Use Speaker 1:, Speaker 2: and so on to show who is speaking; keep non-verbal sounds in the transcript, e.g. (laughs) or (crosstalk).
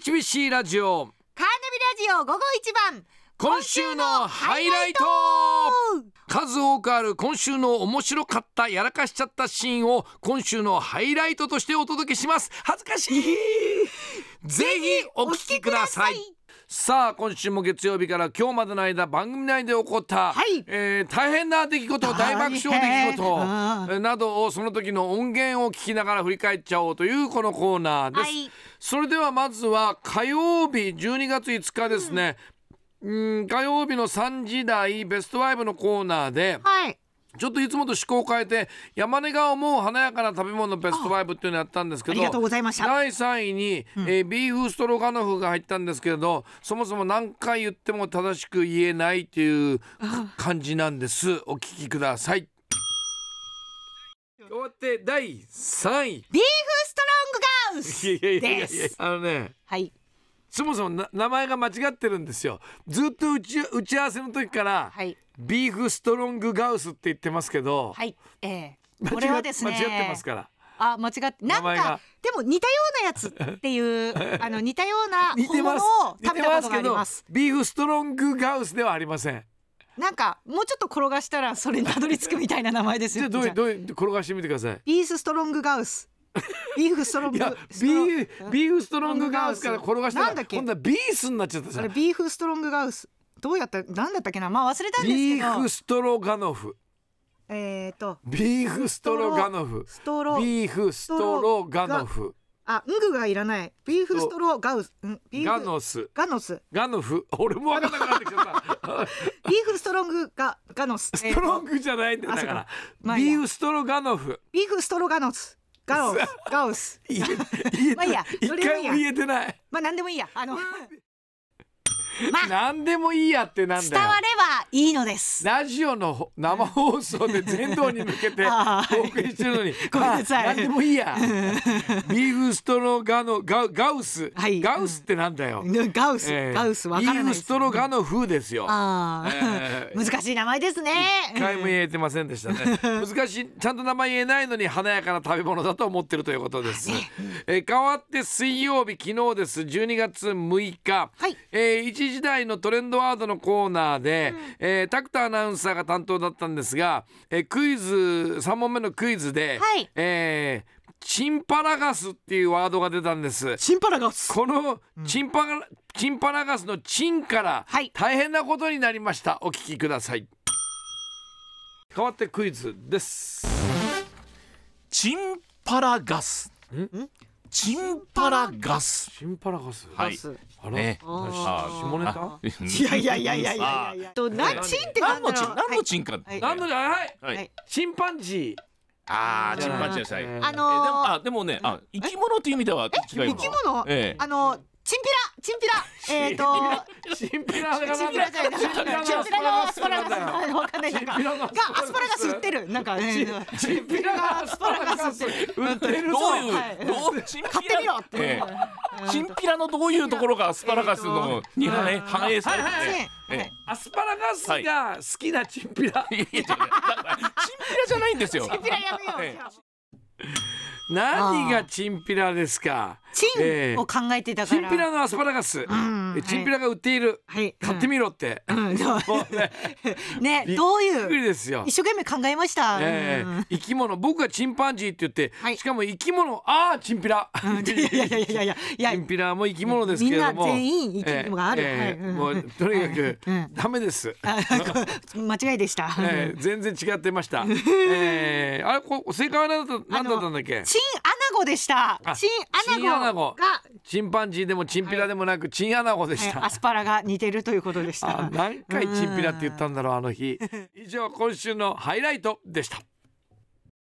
Speaker 1: HBC ラジオ
Speaker 2: カーナビラジオ午後一番
Speaker 1: 今週のハイライト数多くある今週の面白かったやらかしちゃったシーンを今週のハイライトとしてお届けします恥ずか (laughs) しいぜひお聞きくださいさあ今週も月曜日から今日までの間番組内で起こった、
Speaker 2: はい
Speaker 1: えー大変な出来事大爆笑出来事
Speaker 2: あー
Speaker 1: えーなどをその時の音源を聞きながら振り返っちゃおうというこのコーナーです、
Speaker 2: はい
Speaker 1: それではまずは火曜日12月5日ですね、うん、火曜日の3時台ベスト5のコーナーで
Speaker 2: はい
Speaker 1: ちょっといつもと趣向を変えて山根が思う華やかな食べ物ベスト5っていうのをやったんですけ
Speaker 2: あ
Speaker 1: ど
Speaker 2: りがとうございました
Speaker 1: 第3位に、えービーフストロガノフが入ったんですけれどそもそも何回言っても正しく言えないっていう感じなんですお聞きください終わって第3位
Speaker 2: ビーフストロングガウス
Speaker 1: いやいやいや
Speaker 2: で
Speaker 1: いや
Speaker 2: す
Speaker 1: あのね
Speaker 2: はい
Speaker 1: そもそもな名前が間違ってるんですよずっと打ち打ち合わせの時から、
Speaker 2: はい
Speaker 1: ビーフストロングガウスって言ってますけど、
Speaker 2: はいええ
Speaker 1: 間違っ
Speaker 2: これはですね
Speaker 1: 間違ってますから
Speaker 2: あ間違ってなん
Speaker 1: 名前が
Speaker 2: かでも似たようなやつっていう
Speaker 1: (laughs)
Speaker 2: あの似たような
Speaker 1: 似て
Speaker 2: 本
Speaker 1: ま
Speaker 2: 物
Speaker 1: す
Speaker 2: を
Speaker 1: 似
Speaker 2: 食べ
Speaker 1: て
Speaker 2: た
Speaker 1: ま
Speaker 2: こと
Speaker 1: す
Speaker 2: があ
Speaker 1: け
Speaker 2: り
Speaker 1: ど
Speaker 2: ます
Speaker 1: ビーフストロングガウスではありません
Speaker 2: なんかもうちょっと転がしたらそれにたどり着くみたいな名前です
Speaker 1: じゃ (laughs)
Speaker 2: よ
Speaker 1: あどう
Speaker 2: じ
Speaker 1: い
Speaker 2: ゃあ
Speaker 1: どうい転がしてみてください
Speaker 2: ビーフストロングガウスビーフストロン
Speaker 1: い
Speaker 2: グ
Speaker 1: やビ
Speaker 2: ストロン
Speaker 1: ーフビーフストロングガウスから転がしたら
Speaker 2: なんだっけ
Speaker 1: 今度はビースになっちゃったじ
Speaker 2: あ
Speaker 1: ゃ
Speaker 2: れ
Speaker 1: ん
Speaker 2: ビーフストロングガウスどうやったなんだったっけなまあ忘れたん
Speaker 1: ビーフ
Speaker 2: です
Speaker 1: ストロガノフ
Speaker 2: けどえっと
Speaker 1: ビーフストロガノフ
Speaker 2: ストロ
Speaker 1: ビーフストロガノフ
Speaker 2: あんぐがいらないビーフストロガウスんビー
Speaker 1: ガ
Speaker 2: フ
Speaker 1: ノス
Speaker 2: ガノス
Speaker 1: ガノフ俺も分からなくなってきちゃった
Speaker 2: ビーフストロングガガノスえ
Speaker 1: (laughs) ス
Speaker 2: ー
Speaker 1: ト
Speaker 2: と
Speaker 1: ロングじゃないんだよだか
Speaker 2: あ
Speaker 1: ら、
Speaker 2: そうかまあいいや
Speaker 1: ビーフストロガノフ
Speaker 2: ビーフストロガノスガノスガウス
Speaker 1: 言え言えて
Speaker 2: まあいいや
Speaker 1: 一
Speaker 2: それはい
Speaker 1: 回
Speaker 2: い
Speaker 1: も
Speaker 2: や
Speaker 1: 言えてない
Speaker 2: まあなんでもいいや
Speaker 1: (laughs)
Speaker 2: あのまあ
Speaker 1: 何でもいいやってなん
Speaker 2: 伝
Speaker 1: だよ
Speaker 2: わればいいのです
Speaker 1: ラジオのほ生放送で全道に向けて
Speaker 2: あー
Speaker 1: お送りしてるのに
Speaker 2: ごめんなさい
Speaker 1: まあ何でもいい
Speaker 2: (laughs)
Speaker 1: やビーフストロガノガガウス、
Speaker 2: はい
Speaker 1: ガウスってなんだよ、
Speaker 2: ガウス
Speaker 1: えー
Speaker 2: ガウスわからない
Speaker 1: ビー
Speaker 2: で
Speaker 1: フ
Speaker 2: す
Speaker 1: ストロガノフですよ
Speaker 2: あ
Speaker 1: えー
Speaker 2: あ難しい名前ですね
Speaker 1: 一回も
Speaker 2: (laughs)
Speaker 1: 言えてませんでしたね難しいちゃんと名前言えないのに華やかな食べ物だと思ってるということ
Speaker 2: (laughs)
Speaker 1: です、えー変わって水曜日昨日です12月6日、
Speaker 2: はい
Speaker 1: え1時台のトレンドワードのコーナーで、えータクタアナウンサーが担当だったんですが、えークイズ3問目のクイズで、
Speaker 2: はい
Speaker 1: えーチンパラガスっていうワードが出たんです
Speaker 2: チンパラガウス
Speaker 1: このチンパラ、チンパラガスのチンから
Speaker 2: はい
Speaker 1: 大変なことになりましたお聞きください変わってクイズです
Speaker 3: チンパラガス。チンパラガス。
Speaker 1: チンパラガス
Speaker 3: は
Speaker 2: ガ
Speaker 3: い。
Speaker 2: ウス
Speaker 1: あら、
Speaker 3: ね
Speaker 2: あー
Speaker 1: 下ネタ
Speaker 3: あ
Speaker 2: いやいやいやいやいやいや。と何チンってな
Speaker 3: 何
Speaker 2: んだろ
Speaker 3: の
Speaker 2: う。
Speaker 3: チン、何のチンか。
Speaker 2: はい
Speaker 1: なんのじゃはい
Speaker 3: は
Speaker 2: はいい。
Speaker 1: チンパンジ
Speaker 3: ああ、チンパンジーですはい。
Speaker 1: え
Speaker 3: え
Speaker 1: ー
Speaker 3: で
Speaker 2: あ
Speaker 3: も、
Speaker 2: のー
Speaker 3: あ、でもね、あ、生き物という意味では違い
Speaker 2: 生
Speaker 3: ます。
Speaker 2: き物
Speaker 3: ええ
Speaker 2: あのチンピラチンピラえっと
Speaker 1: ーチンピラが
Speaker 2: チ
Speaker 1: な
Speaker 2: ン
Speaker 1: ん
Speaker 2: ピ
Speaker 1: だ
Speaker 2: ラじゃないチンピラのアスパラガスなんだわかんないなんか
Speaker 1: チンピラのア
Speaker 2: が
Speaker 1: スパラガス
Speaker 2: アスパラガス売ってるなんかね
Speaker 1: チンピラがアスパラガス売ってる
Speaker 3: ど
Speaker 1: ぞ
Speaker 3: う
Speaker 2: はい
Speaker 3: いう、どう、チンピラ。
Speaker 2: 買ってみろって
Speaker 3: ええチンピラのどういうところがアスパラガスの、に反映、反映されて
Speaker 1: はいはい
Speaker 2: は
Speaker 3: て
Speaker 2: い。
Speaker 3: ええ
Speaker 1: アスパラガスが好きなチンピラ、
Speaker 3: いやいやだからチンピラじゃないんですよ。
Speaker 2: チンピラやめ
Speaker 3: え
Speaker 2: よう
Speaker 3: え
Speaker 2: じゃあ
Speaker 1: 何がチンピラですか
Speaker 2: チ
Speaker 1: ええ
Speaker 2: ンを考えてたか
Speaker 1: チ
Speaker 2: ら
Speaker 1: ンピラのアスパラガス、
Speaker 2: ん
Speaker 1: えチンピラが売っている、
Speaker 2: はい
Speaker 1: 買ってみろって、
Speaker 2: うんそう
Speaker 1: もうね
Speaker 2: (laughs) ね
Speaker 1: びっ
Speaker 2: どう
Speaker 1: びっくり
Speaker 2: いう
Speaker 1: ですよ
Speaker 2: 一。生懸命考えました
Speaker 1: え
Speaker 2: う
Speaker 1: え
Speaker 2: ん
Speaker 1: 生き物僕がチンパンジーって言って、
Speaker 2: はい
Speaker 1: しかも生き物ああチンピラ、
Speaker 2: いやいやいやいやいやいや
Speaker 1: (laughs) チンピラも生き物ですけれども
Speaker 2: みんな全員生き物がある
Speaker 1: ええ
Speaker 2: はい
Speaker 1: ええ
Speaker 2: うん
Speaker 1: もうとにかく、
Speaker 2: はいうん
Speaker 1: ダメです、
Speaker 2: あこ間違いでした。
Speaker 1: ええ全然違ってました、
Speaker 2: (laughs)
Speaker 1: ええあれこ正解は何だった何だったんだっけ
Speaker 2: チンアナゴでした
Speaker 1: あ。
Speaker 2: チンアナゴが、
Speaker 1: チンパンジーでもチンピラでもなく、チンアナゴでし
Speaker 2: え
Speaker 1: た、
Speaker 2: ーアスパラが似てるということでした
Speaker 1: あ。何回チンピラって言ったんだろうあの日以上今週のハイライトでした